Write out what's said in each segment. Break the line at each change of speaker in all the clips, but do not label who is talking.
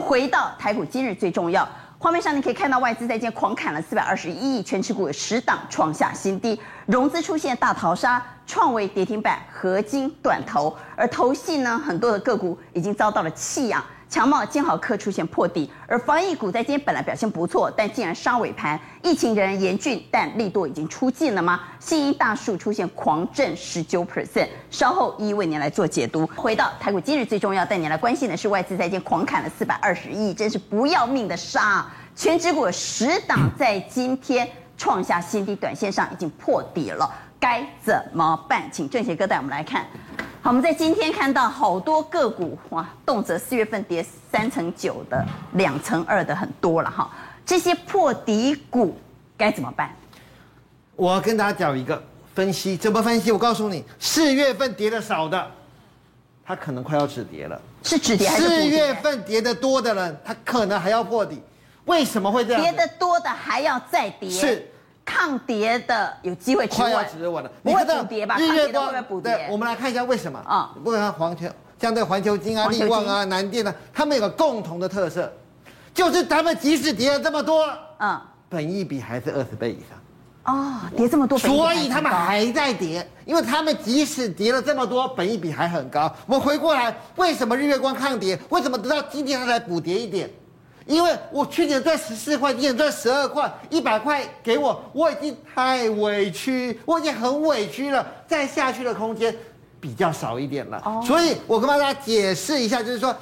回到台股今日最重要。画面上你可以看到外资在今天狂砍了四百二十一亿，全持股有十档创下新低，融资出现大逃杀，创维跌停板，合金短头，而投信呢很多的个股已经遭到了弃养，强茂、金豪科出现破底，而防疫股在今天本来表现不错，但竟然杀尾盘，疫情仍然严峻，但力度已经出尽了吗？信鹰大树出现狂震十九 percent，稍后一一为您来做解读。回到台股今日最重要，带您来关心的是外资在今天狂砍了四百二十亿，真是不要命的杀、啊。全指股十档在今天创下新低，短线上已经破底了，该怎么办？请正贤哥带我们来看。好，我们在今天看到好多个股哇，动辄四月份跌三成九的、两成二的很多了哈。这些破底股该怎么办？
我要跟大家讲一个分析，怎么分析？我告诉你，四月份跌的少的，它可能快要止跌了；
是止跌还是
四
不
月
跌？
份跌的多的人，他可能还要破底。为什么会这样？
跌的多的还要再跌，
是
抗跌的有机会止
快要
稳，
止稳了。
不会补跌吧？
日
抗
月
跌的
光
会不会补
对，我
跌？
们来看一下为什么
啊
啊？不管看环球，像对环球金啊、
环球
力
金
旺啊、南电啊，他们有个共同的特色，就是他们即使跌了这么多，
嗯，
本益比还是二十倍以上。
哦，跌这么多，本益比
所
还
以
挺
他们
高
还在跌，因为他们即使跌了这么多，本益比还很高。我们回过来，为什么日月光抗跌？为什么直到今天它才补跌一点？因为我去年赚十四块，今年赚十二块，一百块给我，我已经太委屈，我已经很委屈了，再下去的空间比较少一点了。
哦
所以我跟大家解释一下，就是说。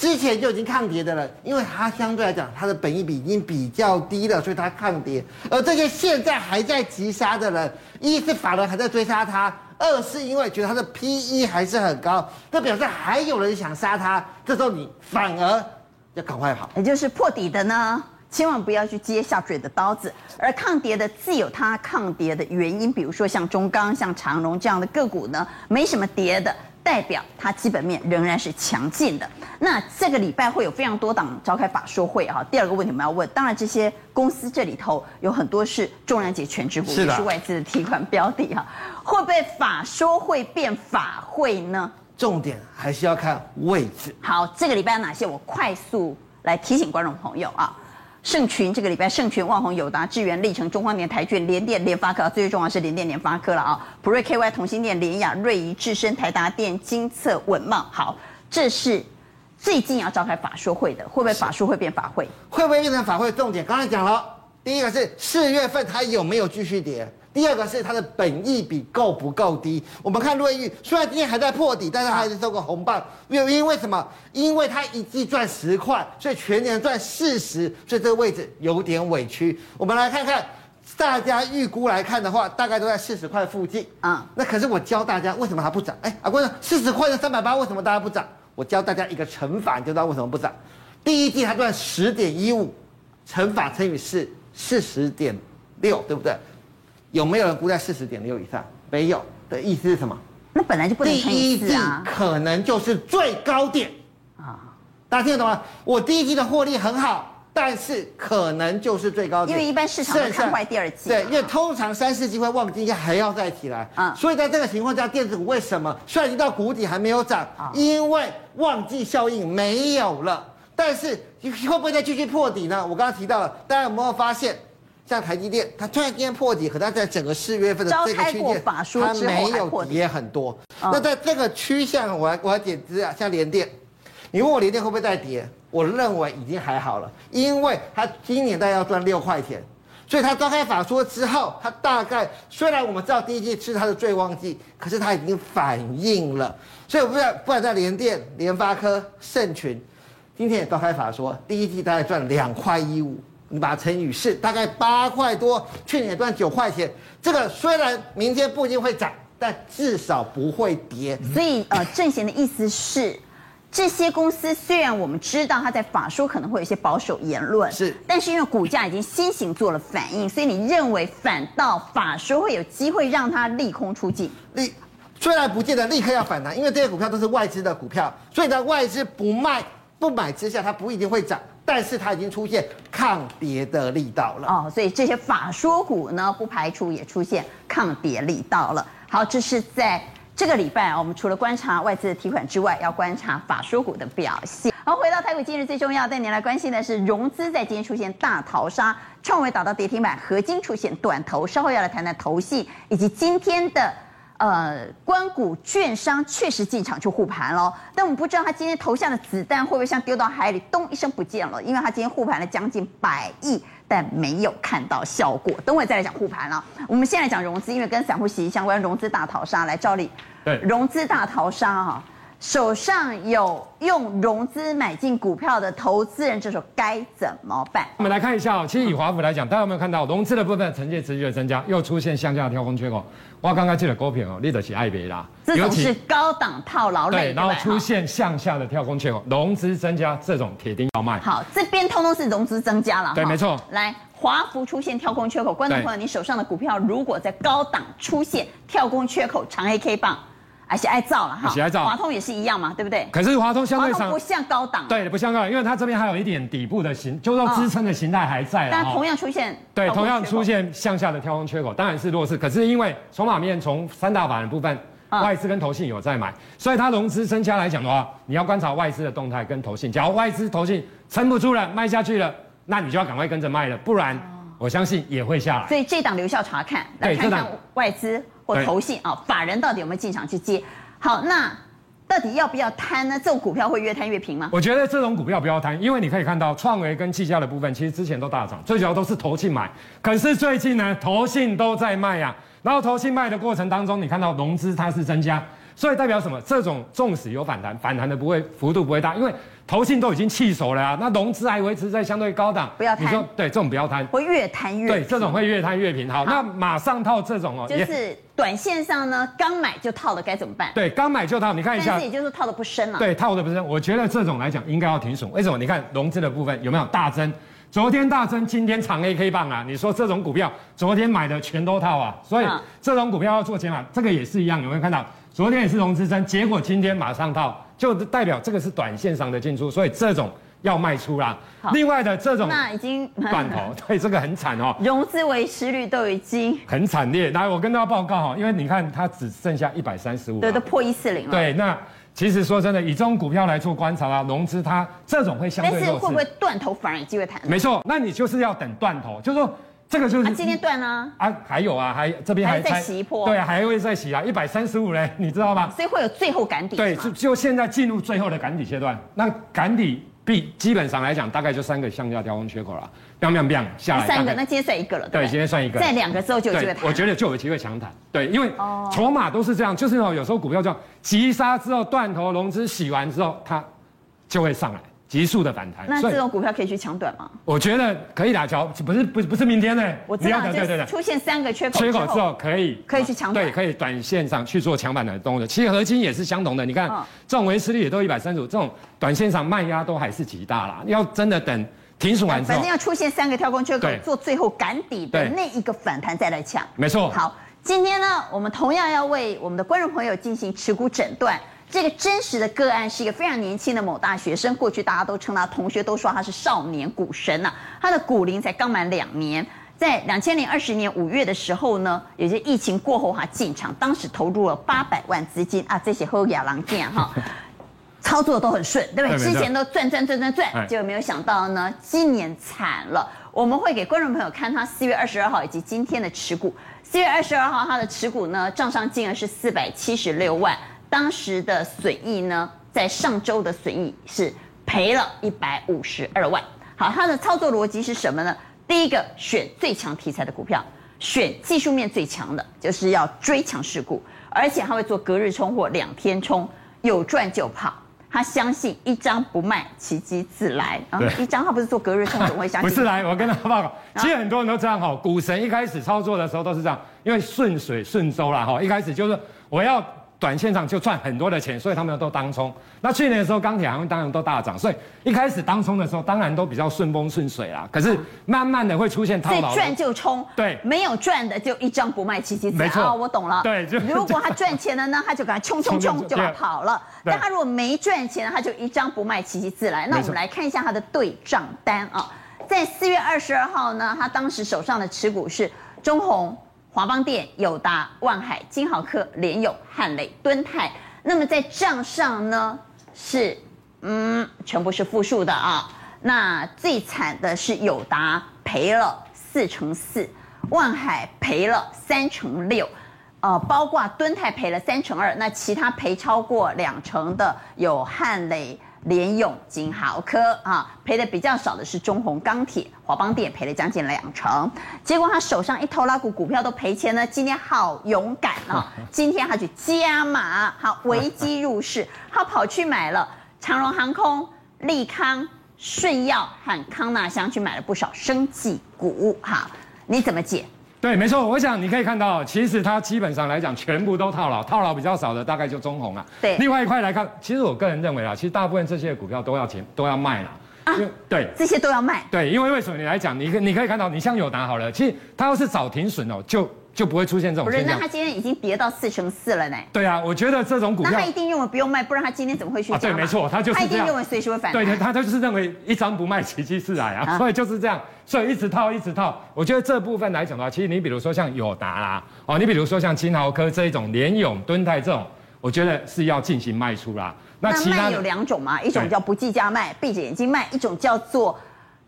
之前就已经抗跌的了，因为它相对来讲它的本益比已经比较低了，所以它抗跌。而这些现在还在急杀的人，一是法人还在追杀它，二是因为觉得它的 P E 还是很高，这表示还有人想杀它，这时候你反而要赶快跑。
也就是破底的呢，千万不要去接下坠的刀子。而抗跌的自有它抗跌的原因，比如说像中钢、像长荣这样的个股呢，没什么跌的。代表它基本面仍然是强劲的。那这个礼拜会有非常多档召开法说会哈。第二个问题我们要问，当然这些公司这里头有很多是重量级全职股，
是的
也是外资的提款标的哈。会不会法说会变法会呢？
重点还是要看位置。
好，这个礼拜有哪些？我快速来提醒观众朋友啊。盛群这个礼拜，盛群、万宏、友达、智源、历成、中光电、台券、联电、联发科，最重要是联电、联发科了啊。普瑞 KY、同心电、联雅、瑞仪、智深、台达电、金策、稳茂。好，这是最近要召开法说会的，会不会法说会变法会？
会不会变成法会重点？刚才讲了，第一个是四月份它有没有继续跌，第二个是它的本益比够不够低。我们看瑞昱，虽然今天还在破底，但是它还是收个红棒，因为因为什么？因为它一季赚十块，所以全年赚四十，所以这个位置有点委屈。我们来看看。大家预估来看的话，大概都在四十块附近。
嗯
啊，那可是我教大家为什么它不涨？哎，阿关长，四十块的三百八为什么大家不涨？我教大家一个乘法，你就知道为什么不涨。第一季它赚十点一五，乘法乘以四，四十点六，对不对？有没有人估在四十点六以上？没有的意思是什么？
那本来就不能
第
乘
一
以
季
四啊
可能就是最高点。
啊！
大家听得懂吗？我第一季的获利很好，但是可能就是最高点，
因为一般市场都
剩下
看坏第二季嘛啊
对，因为通常三四季会旺季，应该还要再起来。
嗯
所以在这个情况下，电子股为什么虽然已经到谷底还没有涨，
啊
因为旺季效应没有了，但是会不会再继续破底呢？我刚刚提到了，大家有没有发现？像台积电，它虽然今天破底，可它在整个四月份的这
召
个
开
区
过
间，
法说
它
之后
没
还破
有
底
跌很多。
嗯
那在这个趋向，我来我来解释啊，像联电，你问我联电会不会再跌？我认为已经还好了，因为它今年大概要赚六块钱，所以它召开法说之后，它大概虽然我们知道第一季是它的最旺季，可是它已经反应了，所以我不然不然在联电、联发科、盛群，今天也召开法说，第一季大概赚两块一五，你把它乘以四，大概八块多，去年也赚九块钱，这个虽然明天不一定会涨，但至少不会跌。
所以呃，郑贤的意思是，这些公司虽然我们知道它在法说可能会有一些保守言论，
是
但是因为股价已经先行做了反应，所以你认为反倒法说会有机会让它利空出尽，
立虽然不见得立刻要反弹，因为这些股票都是外资的股票，所以在外资不卖不买之下，它不一定会涨，但是它已经出现抗跌的力道了。
哦，所以这些法说股呢，不排除也出现抗跌力道了。好，这是在这个礼拜啊，我们除了观察外资的提款之外，要观察法说股的表现。好，回到台股今日最重要，带您来关心的是融资在今天出现大逃杀，创维打到跌停板，合金出现短头，稍后要来谈谈投系以及今天的。呃，关谷券商确实进场去护盘喽，但我们不知道他今天投下的子弹会不会像丢到海里，咚一声不见了，因为他今天护盘了将近百亿，但没有看到效果。等会再来讲护盘了，我们先来讲融资，因为跟散户息息相关，融资大逃杀来照例，
对
融资大逃杀哈、手上有用融资买进股票的投资人，这时候该怎么办？
我们来看一下哦，其实以华府来讲，大家有没有看到融资的部分呈现持续的增加，又出现向下的跳空缺口？我刚刚去了股票哦，你得是爱别啦，
这
尤
种
其
是哦高档套牢类
对，
的
然后
吧
出现向下的跳空缺口，融资增加这种铁定要卖。
好，这边通通是融资增加了哈，
对没错
来，华孚出现跳空缺口，观众
对
朋友，你手上的股票如果在高档出现跳空缺口，长黑 K 棒，而且爱造了哈，
是爱造
华通也是一样嘛，对不对？
可是华通相
华
对
通
上
不像高档，，
对不相干，因为它这边还有一点底部的形，就是说支撑的形态还在
哦
啦
但
哦
同样出现
对，
跳空
同样
缺口
出现向下的跳空缺口，当然是弱势。可是因为筹码面从三大法人部分，
啊
外资跟投信有在买，所以它融资增加来讲的话，你要观察外资的动态跟投信。假如外资投信撑不住了，卖下去了，那你就要赶快跟着卖了，不
哦
然我相信也会下来。
所以这档留校查看，来
对
看
这
看
档
外资或
对
投信啊、法人到底有没有进场去接。好，那到底要不要摊呢？这种股票会越摊越平吗？
我觉得这种股票不要贪，因为你可以看到创维跟技嘉的部分，其实之前都大涨，最主要都是投信买。可是最近呢，投信都在卖呀、然后投信卖的过程当中，你看到融资它是增加，所以代表什么？这种纵使有反弹，反弹的不会幅度不会大，因为投信都已经气熟了啊，那融资还维持在相对高档，
不要贪
你说对，这种不要贪。
会越摊越
对，
平
这种会越贪越平。好，那马上套这种哦，
就
也
是短线上呢，刚买就套了，该怎么办？
对，刚买就套。你看一
但
下，
是也就是套的不深了。
对，套的不是，我觉得这种来讲应该要停损。为什么？你看融资的部分有没有大增？昨天大增，今天长 A K 棒啊！你说这种股票，昨天买的全都套啊，所以
嗯
这种股票要做减码，这个也是一样。有没有看到？昨天也是融资增，结果今天马上套，就代表这个是短线上的进出，所以这种要卖出啦
好。
另外的这种
那已经
断头，对，这个很惨哦。
融资维持率都已经
很惨烈，来，我跟大家报告哈，哦因为你看它只剩下一百三十五，啊
对都破一四零了。，
对，那其实说真的，以这种股票来做观察啊，融资它这种会相
但
对
是
弱势。
会不会断头反而有机会弹？
没错，那你就是要等断头，就是说这个就是、
啊，今天断啊，
啊还有啊，还这边
还
还
会再洗一波
对，还会再洗啊，一百三十五嘞，你知道吗？
所以会有最后赶底。
对，
是
就
吗
就现在进入最后的赶底阶段，那赶底必基本上来讲，大概就三个向下跳空缺口了，biang biang biang 下来
三
大
个，
概
那今天算一个了。
对，
不
今天算一个。
再两个之后就有机会
对，
弹。
我觉得就有机会强弹。对，因为
哦
筹码都是这样，就是哦，有时候股票这样急杀之后，断头融资洗完之后，它就会上来，急速的反弹。
那
所以
这种股票可以去抢短吗？
我觉得可以打桥，不是不是不是明天呢，
我知
你要
道，
等对对
就是
对。
出现三个缺口
缺
之
口之
后，
后可以
可以去抢反
对，可以短线上去做强反的动作。其实合金也是相同的，你看、
嗯
这种维持率也都一百三十五，这种短线上卖压都还是极大啦。要真的等停损完之
反
后
正，要出现三个跳空缺口
对，
做最后赶底的
对
那一个反弹再来抢。
没错，
好，今天呢，我们同样要为我们的观众朋友进行持股诊断。这个真实的个案是一个非常年轻的某大学生，过去大家都称他，同学都说他是少年股神呐、他的股龄才刚满两年。在两千零二十年五月的时候呢，也就是疫情过后哈、进场，当时投入了八百万资金啊，这些后亚郎店哈，操作都很顺，对不对？
对没
之
错
前都赚赚赚赚
哎
赚，结果没有想到呢，今年惨了。我们会给观众朋友看他四月二十二号以及今天的持股。四月二十二号他的持股呢，账上金额是四百七十六万，当时的损益呢，在上周的损益是赔了一百五十二万。好，他的操作逻辑是什么呢？第一个选最强题材的股票，选技术面最强的，就是要追强势股，而且他会做隔日冲或两天冲，有赚就跑。他相信一张不卖，奇迹自来啊！一张他不是做隔日冲，怎么会相
不
信？
是来，我跟大家报
啊
告，其实很多人都这样哈。股神一开始操作的时候都是这样，因为顺水顺舟啦哈。一开始就是我要短线上就赚很多的钱，所以他们都当冲。那去年的时候，钢铁行业当然都大涨，所以一开始当冲的时候，当然都比较顺风顺水啦。可是慢慢的会出现
所
套
以
牢的。
赚就冲，
对
没有赚的就一张不卖，奇迹自来。
没错
哦我懂了。
对就
如果他赚钱了呢，他就赶快冲冲冲，
冲冲
就把它
对
跑了。
对
但他如果没赚钱呢，他就一张不卖，奇迹自来。那我
没
们
错
来看一下他的对账单啊，在四月二十二号呢，他当时手上的持股是中红、华邦电、友达、万海、金豪科、联友、汉磊、敦泰。那么在账上呢，是嗯，全部是负数的啊。那最惨的是友达赔了四乘四，万海赔了三乘六，呃，包括敦泰赔了三乘二，那其他赔超过两成的有汉磊。联永、金豪科啊，赔的比较少的是中宏钢铁、华邦电赔了将近两成。结果他手上一头拉股股票都赔钱呢，今天好勇敢啊！今天他去加码，好危机入市， 他跑去买了长荣航空、利康、顺药和康纳香，去买了不少生技股。哈，你怎么解？
对，没错，我想你可以看到，其实它基本上来讲，全部都套牢，套牢比较少的大概就中红啊。
对
另外一块来看，其实我个人认为啊，其实大部分这些股票都要减，都要卖了。
啊
因为对，
这些都要卖，
对，因为为什么你来讲，你可你可以看到，你像友达好了，其实它要是早停损哦，就就不会出现这
不
种
是？
现
那
象
他。今天已经跌到四乘四了呢。
对啊，我觉得这种股
那
票
他，一定认为不用卖，不然他今天怎么会去加
啊
码？
对没错他就是
他一定
这样
认为随时会反弹。
对对，他就是认为一张不卖，奇迹自来
啊
啊，所以就是这样，所以一直套一直套。我觉得这部分来讲的话，其实你比如说像友达啦，哦，你比如说像金豪科这一种，联永、敦泰这种，我觉得是要进行卖出啦。那
那
其他
卖
的
有两种嘛，一种
对
叫不计价卖，闭着眼睛卖；一种叫做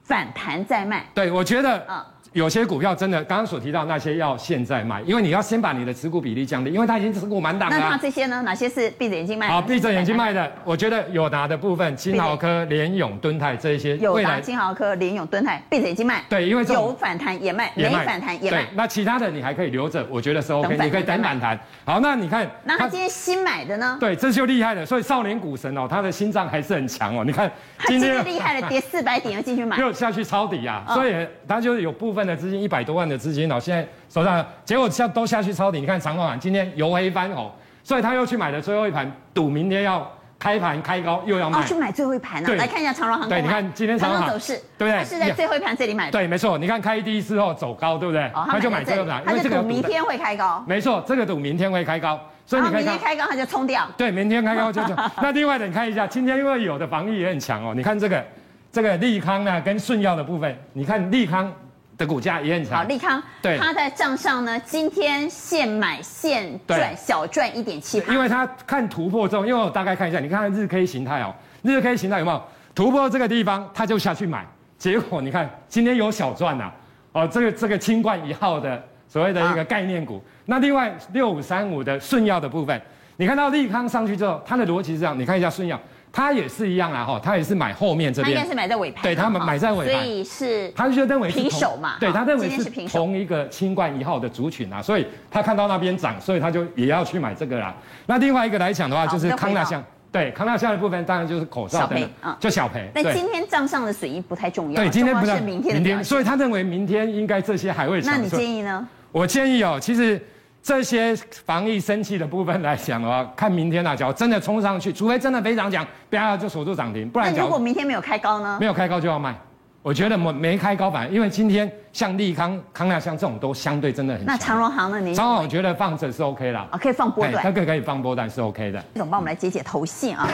反弹再卖。
对，我觉得
嗯
有些股票真的，刚刚所提到那些要现在卖，因为你要先把你的持股比例降低，因为它已经持股满档了
那它
啊。
这些呢？哪些是闭着眼睛卖？
好，
哪些是
啊闭着眼睛
反
卖的，我觉得友达的部分，金豪科、联永、敦泰这一些，
弹。友
未
达、
来
金豪科、联永、敦泰，闭着眼睛卖。
对因为这种
有反弹也卖，
也
没
卖
反弹也
对
卖。
那其他的你还可以留着，我觉得是
等
OK，
反
你可以等反弹。好，那你看
那他今天新买的呢？
对，这就厉害了。所以少年股神哦，他的心脏还是很强哦。你看
他今天厉害了，跌四百点又进去 买。
又下去抄底啊，
嗯
所以他就是有部分的资金一百多万的资金哦，现在手上结果下都下去抄底。你看长虹啊，今天由黑翻红，所以他又去买了最后一盘，赌明天要开盘开高又要卖。
哦，去买最后一盘啊！
对
来看一下长荣航空啊。
对你看今天长荣
长
航
荣走势，
对不对
它是在最后一盘这里买的。
对，没错，你看开低之后走高，对不对？
哦，
他就
在
买
这
这
里
个盘，
他就
有
赌明天会开高，
没错，这个赌明天会开高，所以
然
你
后
可以
哦明
看
天。开高他就冲掉。
对，明天开高就走。 那另外的你看一下，今天因为有的防疫也很强哦，你看这个这个利康啊跟顺药的部分，你看利康的股价也很
好，
强。
利康，
对
他在账上呢，今天现买现赚，
对
小赚一点七
因
趴。
为它看突破之后，因为我大概看一下，你看看日 K 形态哦，日 K 形态有没有突破这个地方，它就下去买，结果你看今天有小赚呐、哦，这个这个清冠一号的所谓的一个概念股，那另外六五三五的顺药的部分，你看到利康上去之后，它的逻辑是这样，你看一下顺药，它也是一样啊啦哈、它也是买后面这
他应该
边
是。买在尾盘，
对他们
哈
买在尾盘
所以是
他就认为是同
平手嘛
对
哈
他认为
今天是平
是
手
同一个新冠一号的族群啊，所以他看到那边涨，所以他就也要去买这个啦。那另外一个来讲的话，
好
就是
再回
康纳
到
香，对康纳香的部分当然就是口罩
小赔
等
嗯
等，就小赔。
那
对
今天账上的损益不太重要，
对，今天不
重要
要
是明天的表现。
所以他认为明天应该这些还会
那
涨。
你
所以
建议呢？
我建议哦，其实这些防疫升气的部分来讲的话，看明天啊，假如真的冲上去，除非真的非常强，啪就锁住涨停，不
那
然假
如
如
果明天没有开高呢
没？有开高就要卖。我觉得没没开高反而，因为今天像利康、康纳像这种都相对真的很
那长
强。
荣行呢？你
长虹我觉得放着是 OK 啦，
啊，可以放波
哎
段
它。可以可以放波段是 OK 的。
李总帮我们来解解投信啊。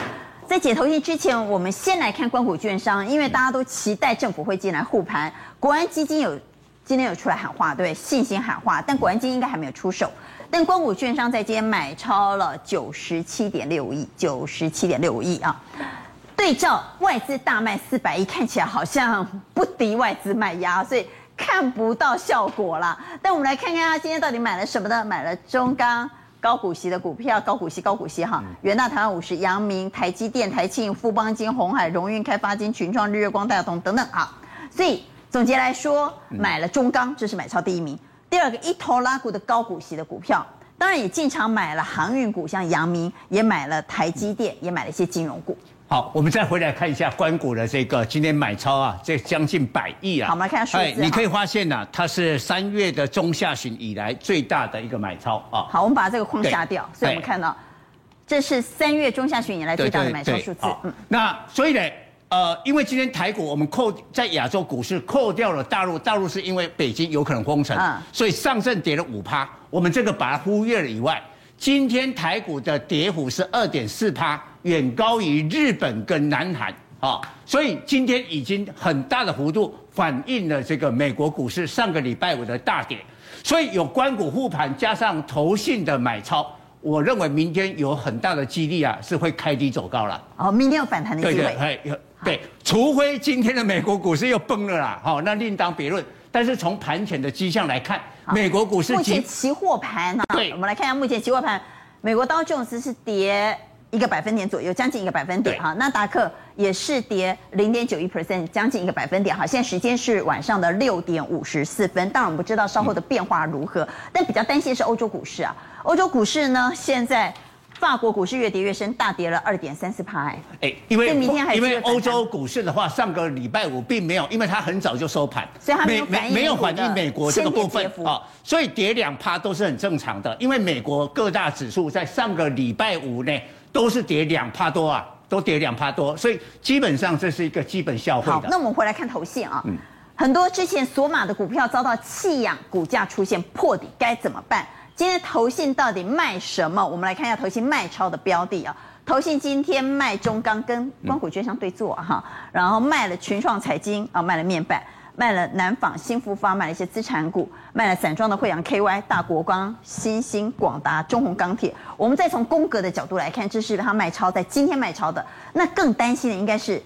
在解投信之前，我们先来看关谷券商，因为大家都期待政府会进来护盘。国安基金有今天有出来喊话，对信心喊话，但国安基金应该还没有出手。但关谷券商在今天买超了九十七点六亿，九十七点六亿啊。对照外资大卖四百亿，看起来好像不敌外资卖压，所以看不到效果啦。但我们来看看他今天到底买了什么呢？买了中钢高股息的股票，高股息高股息哈，元大台湾五十、阳明、台积电、台庆、富邦金、红海、荣运开发金、群创、日月光、大同等等啊。所以总结来说，买了中钢，这是买超第一名；第二个一头拉股的高股息的股票。当然也进场买了航运股，像阳明也买了台积电，也买了一些金融股。
好，我们再回来看一下关谷的这个今天买超啊，这将近百亿啊。
好我们来看数字哈
你可以发现呢、啊，它是三月的中下旬以来最大的一个买超啊。
好，我们把这个框下掉，
对
所以我们看到，这是三月中下旬以来最大的买超数字。
好
嗯，
那所以呢，呃，因为今天台股我们扣在亚洲股市扣掉了大陆，大陆是因为北京有可能封城，
嗯
所以上证跌了五趴，我们这个把它忽略了以外，今天台股的跌幅是二点四趴，远高于日本跟南韩。啊，所以今天已经很大的幅度反映了这个美国股市上个礼拜五的大跌，所以有关股护盘加上投信的买超，我认为明天有很大的几率啊是会开低走高了。
哦，明天有反弹的
对
机
对，
会。
哎，有对，除非今天的美国股市又崩了啦，好、那另当别论。但是从盘前的迹象来看，
好
美国股市
目
即
前期货盘呢、啊
对
我们来看一下目前期货盘，美国道琼斯是跌一个百分点左右，将近一个百分点
对
哈。纳达克也是跌零点九一 percent，将近一个百分点哈。现在时间是晚上的六点五十四分，当然我们不知道稍后的变化如何，但比较担心的是欧洲股市啊。欧洲股市呢，现在法国股市越跌越深，大跌了二点三四趴。哎
哎，因为
所以明天还是
因
会
为
反弹
欧洲股市的话，上个礼拜五并没有，因为它很早就收盘，
所以它没
美
有反
没
映
没有
美国的
反映美国这个部分
先跌跌幅
哦，所以跌两趴都是很正常的。因为美国各大指数在上个礼拜五呢都是跌两趴多啊，都跌两趴多，所以基本上这是一个基本效
好，
会
那
的。嗯
我们回来看头线啊，很多之前索马的股票遭到弃养，股价出现破底，该怎么办？今天投信到底卖什么？我们来看一下投信卖超的标的啊。投信今天卖中钢跟光谷券商对坐啊哈、然后卖了群创财经啊，卖了面板，卖了南纺、新复发，卖了一些资产股，卖了散装的惠阳 KY、大国光、新兴、广达、中宏钢铁。我们再从宫格的角度来看，这是他卖超在今天卖超的。那更担心的应该是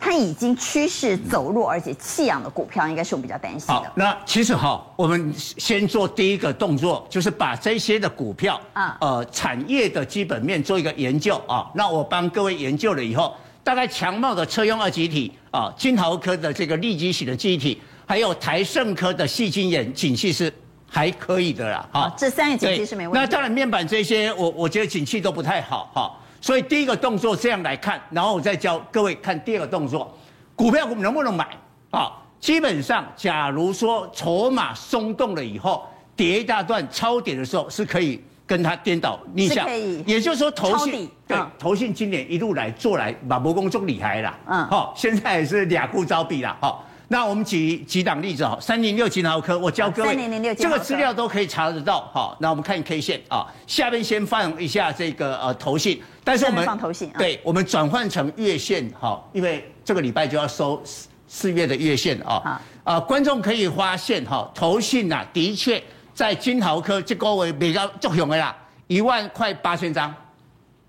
它已经趋势走弱，而且弃养的股票应该是我们比较担心
好
的，。
那其实哈，我们先做第一个动作，就是把这些的股票
啊
啊，呃，产业的基本面做一个研究啊。那我帮各位研究了以后，大概强茂的车用二极体啊，金豪科的这个立基型的记忆体，还有台盛科的细晶眼景气是还可以的啦。
好哦这三个景气
对
是没问题的
那当然面板这些，我我觉得景气都不太好哈、所以第一个动作这样来看，然后我再教各位看第二个动作，股票能不能买啊、基本上，假如说筹码松动了以后，跌一大段超跌的时候是可以跟它颠倒逆
是
向
可以，
也就是说投
抄
信
底
对、
嗯
投信今年一路来做来，马博工中厉害啦，
嗯
嗯，好、现在也是俩顾招比啦，好、那我们举几档例子哈，三零六金豪科，我教各
3006
位，
金
这
豪科
个资料都可以查得到哈。那我们看 K 线啊，下面先放一下这个呃头信，但是我
下
们
面放头信啊
对，我们转换成月线哈，因为这个礼拜就要收四四月的月线啊
好。
啊，观众可以发现哈，头信呐的确在金豪科这个位比较作用的啦，一万块八千张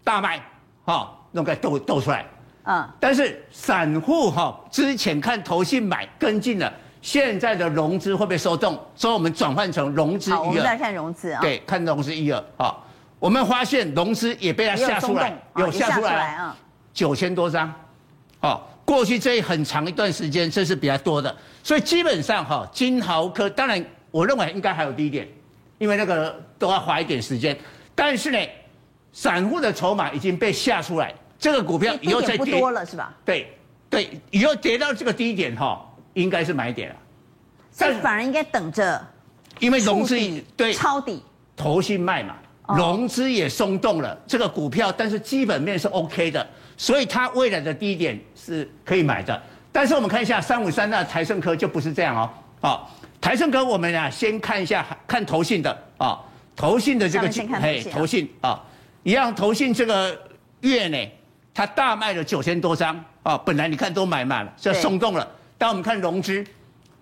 大卖哈，弄个斗斗出来。
嗯，
但是散户哈、之前看投信买跟进了，现在的融资会不会收动？所以我们转换成融资
好，我
余
们再来
额，
看融资啊。，
对，看融资余额啊。我们发现融资也被它
也有
吓
松
出
动
来，，
啊
有
也
吓出来，
啊。
九千多张，哦，过去这很长一段时间这是比较多的，所以基本上哈、金豪科当然我认为应该还有低点，因为那个都要花一点时间，但是呢，散户的筹码已经被吓出来，这个股票以后
低
再
点不
跌
多了是吧？
对对，以后跌到这个低点哈、应该是买点了，
所
但
以反而应该等着
因为融
触
资
底
对
抄底，
投信卖嘛
哦，
融资也松动了，这个股票但是基本面是 OK 的，所以它未来的低点是可以买的。但是我们看一下三五三那台盛科就不是这样哦，好、台盛科我们啊先看一下看投信的啊、投信的这
咱
个
们先看投信啊
投信啊、一样投信这个月呢，它大卖了九千多张啊、本来你看都买满了，这
对
松动了，但我们看融资，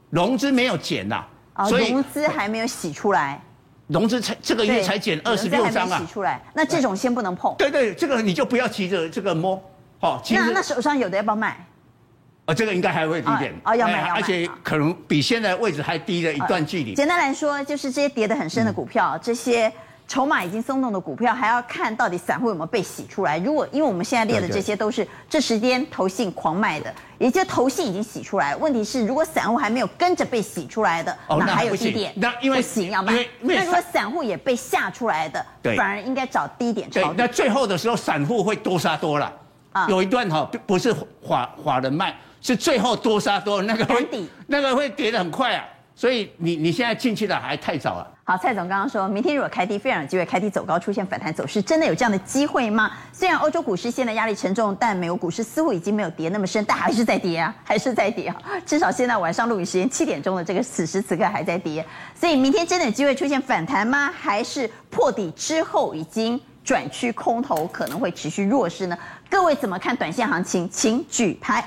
融资没有减呐、
啊，
所以
融资还没有洗出来，
融资才这个月
对，
才减
融
二
资
十
还
六
没
张啊
洗，出来，那这种先不能碰。
对对，这个你就不要急着这个摸，哦，其
那那
实
手上有的要不要卖？
呃这个应该还会低点
哦哦要买
哎
要买哦
而且可能比现在位置还低了一段距离。嗯
简单来说，就是这些跌得很深的股票，这些筹码已经松动的股票，还要看到底散户有没有被洗出来。如果因为我们现在列的
对对
这些都是这时间投信狂卖的，也就是投信已经洗出来。问题是，如果散户还没有跟着被洗出来的，
哦那
还有
不行
低点，
那因为
不行要卖
因为。因为
那如果散户也被吓出来的，
对
反而应该找低点
对
抄，底
那。最后的时候散户会多杀多了，
啊
有一段哈、不不是法法人卖，是最后多杀多那个会
盘底
那个会跌得很快啊，所以你你现在进去的还太早啊了。
好，蔡总刚刚说明天如果开低，非常有机会开低走高，出现反弹走势，真的有这样的机会吗？虽然欧洲股市现在压力沉重，但美国股市似乎已经没有跌那么深，但还是在跌啊，还是在跌啊。至少现在晚上录影时间七点钟的这个此时此刻还在跌，所以明天真的有机会出现反弹吗？还是破底之后已经转趋空头，可能会持续弱势呢？各位怎么看短线行情？请举牌。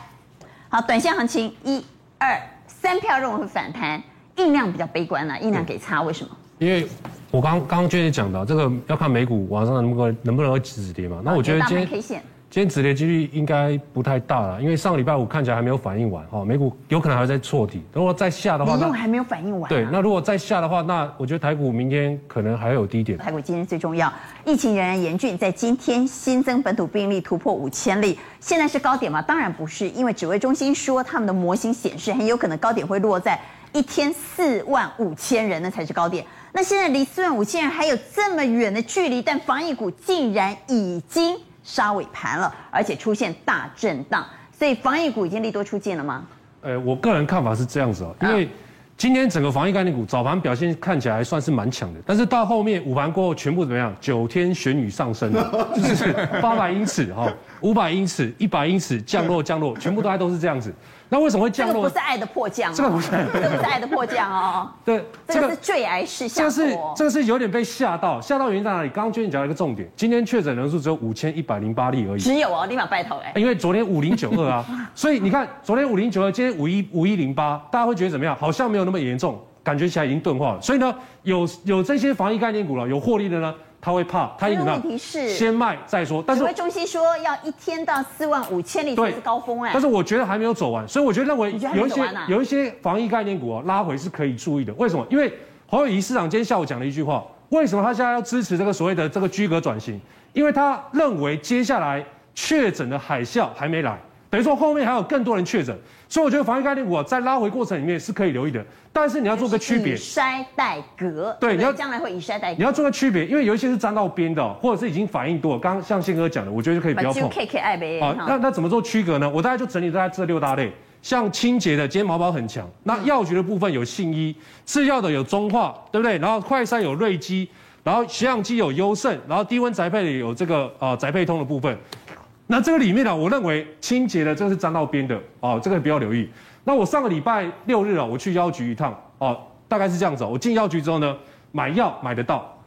好，短线行情一二三票认为会反弹，印量比较悲观啦，啊印量给差，为什么？
因为我刚刚刚娟也讲到，这个要看美股往上能不能能不能够止跌嘛。那我觉得
大
今
盘
天
K 线
今天止跌几率应该不太大了，因为上个礼拜五看起来还没有反应完哦，美股有可能还会再错底。如果再下的话，
利用
那
还没有反应完啊、
对，那如果再下的话，那我觉得台股明天可能还有低点。
台股今天最重要，疫情仍然严峻，在今天新增本土病例突破五千例，现在是高点吗？当然不是，因为指挥中心说他们的模型显示很有可能高点会落在一天四万五千人，那才是高点。那现在离四万五千人还有这么远的距离，但防疫股竟然已经杀尾盘了，而且出现大震荡，所以防疫股已经利多出尽了吗？
呃，我个人看法是这样子哦，因
啊
为今天整个防疫概念股早盘表现看起来算是蛮强的，但是到后面午盘过后全部怎么样？九天玄女上升了，就是八百英尺哈，五百英尺、一百英尺降落降落，全部大概都是这样子。那为什么会
这
降
个不
落
是？爱的迫降、哦，
这个不是
这个不是爱的迫降哦，
对，
这个是坠崖式下
这
坡。
个是这个是有点被吓到，吓到原因在哪里？刚刚娟姐讲了一个重点，今天确诊人数只有五千一百零八例而已。
只有哦，立马拜头哎、
因为昨天五零九二啊，所以你看昨天五零九二，今天五一五一零八，大家会觉得怎么样？好像没有那么严重，感觉起来已经钝化了。所以呢，有有这些防疫概念股了，有获利的呢，他会怕，他一定怎么样
可是问题是
先卖再说。但
指
是
挥中心说要一天到四万五千里才
对
是高峰哎、
但是我觉得还没有走完，所以我觉得认为
你觉得还没
有一
走
些
完啊啊
有一些防疫概念股哦拉回是可以注意的。为什么？因为侯友谊市长今天下午讲了一句话，为什么他现在要支持这个所谓的这个居格转型？因为他认为接下来确诊的海啸还没来，等于说后面还有更多人确诊，所以我觉得防疫概念股哦在拉回过程里面是可以留意的，但是你要做个区别
以。筛代革，
对你要
将来会以筛代
你
革，
要做个区别，因为有一些是沾到边的哦，或者是已经反应多了。刚刚像宪哥讲的，我觉得就可以不要碰。
K K 爱呗
好，那
哈。
那怎么做区隔呢？我大概就整理在这六大类，像清洁的，今天毛宝很强。那药局的部分有信医，制药的有中化，对不对？然后快筛有瑞基，然后血氧机有优胜，然后低温宅配的有这个呃宅配通的部分。那这个里面啊呢、我认为清洁的这个是沾到边的哦，这个不要留意。那我上个礼拜六日啊，我去药局一趟哦，大概是这样子、哦。我进药局之后呢，买药买得到，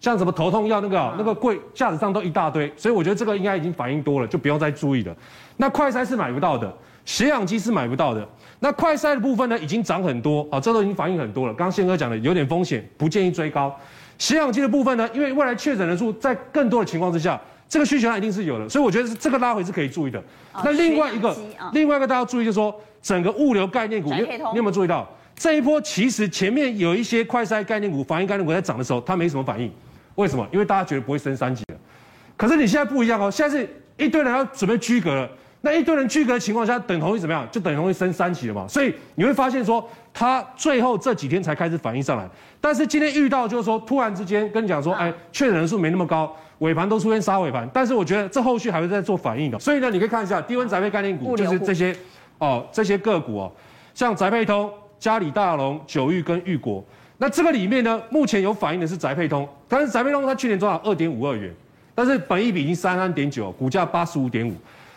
像什么头痛药那
嗯
个、啊、那个柜架子上都一大堆，所以我觉得这个应该已经反应多了，就不用再注意了。那快筛是买不到的，血氧机是买不到的。那快筛的部分呢，已经涨很多啊，这都已经反应很多了。刚刚宪哥讲的有点风险，不建议追高。血氧机的部分呢，因为未来确诊人数在更多的情况之下，这个需求量一定是有的，所以我觉得是这个拉回是可以注意的。
啊
那另外一个
血氧机啊，
另外一个大家要注意就是说，整个物流概念股，
宅
你
配
有
通
你有没有？有没有注意到这一波？其实前面有一些快筛概念股、防疫概念股在涨的时候，它没什么反应，为什么？因为大家觉得不会升三级了。可是你现在不一样哦，现在是一堆人要准备居隔了。那一堆人居隔的情况下，等同于怎么样？就等同于升三级了嘛。所以你会发现说，它最后这几天才开始反应上来。但是今天遇到就是说，突然之间跟你讲说，
啊
哎，确诊人数没那么高，尾盘都出现杀尾盘。但是我觉得这后续还会再做反应的。所以呢，你可以看一下低温宅配概念
物
股，
流
就是
股
这些哦，这些个股哦，像宅配通、嘉里大龙、九域跟裕国。那这个里面呢，目前有反映的是宅配通，但是宅配通它去年多少二点五二元，但是本益比已经三三点九，股价八十五点五。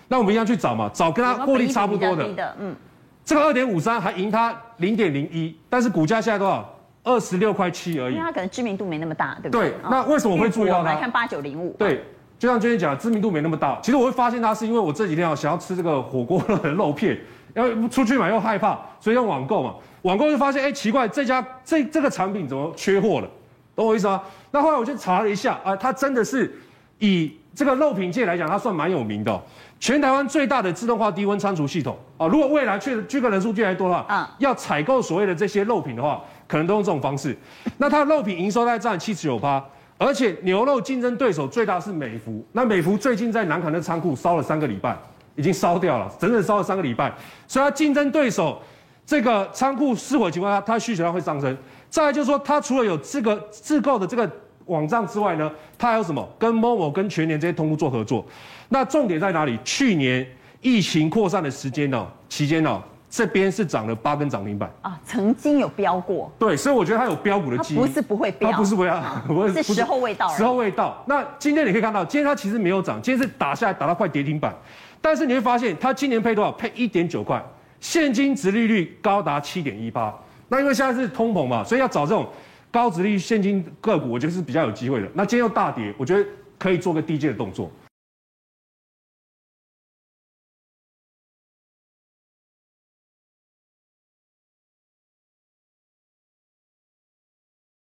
那我们一样去找嘛，找跟它获利差不多的
比较低，的，嗯，
这个二点五三还赢它零点零一，但是股价现在多少？二十六块七而
因
已
为。它可能知名度没那么大，对不
对
对？啊
那为什么我会注意到它
我们来看八九零五，，
对，就像娟姐讲，知名度没那么大。其实我会发现它是因为我这几天啊想要吃这个火锅的肉片， 然后出去买又害怕，所以用网购嘛。网购就发现，哎，奇怪，这家这这个产品怎么缺货了？懂我意思吗？那后来我就查了一下，啊、它真的是以这个肉品界来讲，它算蛮有名的哦、全台湾最大的自动化低温仓储系统啊、如果未来确居客人数越来越多的话，
嗯
要采购所谓的这些肉品的话，可能都用这种方式。那它的肉品营收大概占七十九趴，而且牛肉竞争对手最大是美孚。那美孚最近在南坎的仓库烧了三个礼拜，已经烧掉了，整整烧了三个礼拜，所以它竞争对手这个仓库失火情况下，它需求量会上升。再来就是说，它除了有这个自购的这个网站之外呢，它还有什么？跟 Momo、跟全年这些通路做合作。那重点在哪里？去年疫情扩散的时间呢、期间呢、哦这边是涨了八根涨停板。
啊，曾经有飙过，
对，所以我觉得它有标股的
它
基
不
因。
是不会飙，
它不是不 要，不
是时候未到而已
时候未到。那今天你可以看到，今天它其实没有涨，今天是打下来打到快跌停板，但是你会发现它今年配多少？配一点九块，现金值利率高达七点一八。那因为现在是通膨嘛，所以要找这种高值利率现金个股，我觉得是比较有机会的。那今天又大跌，我觉得可以做个低阶的动作。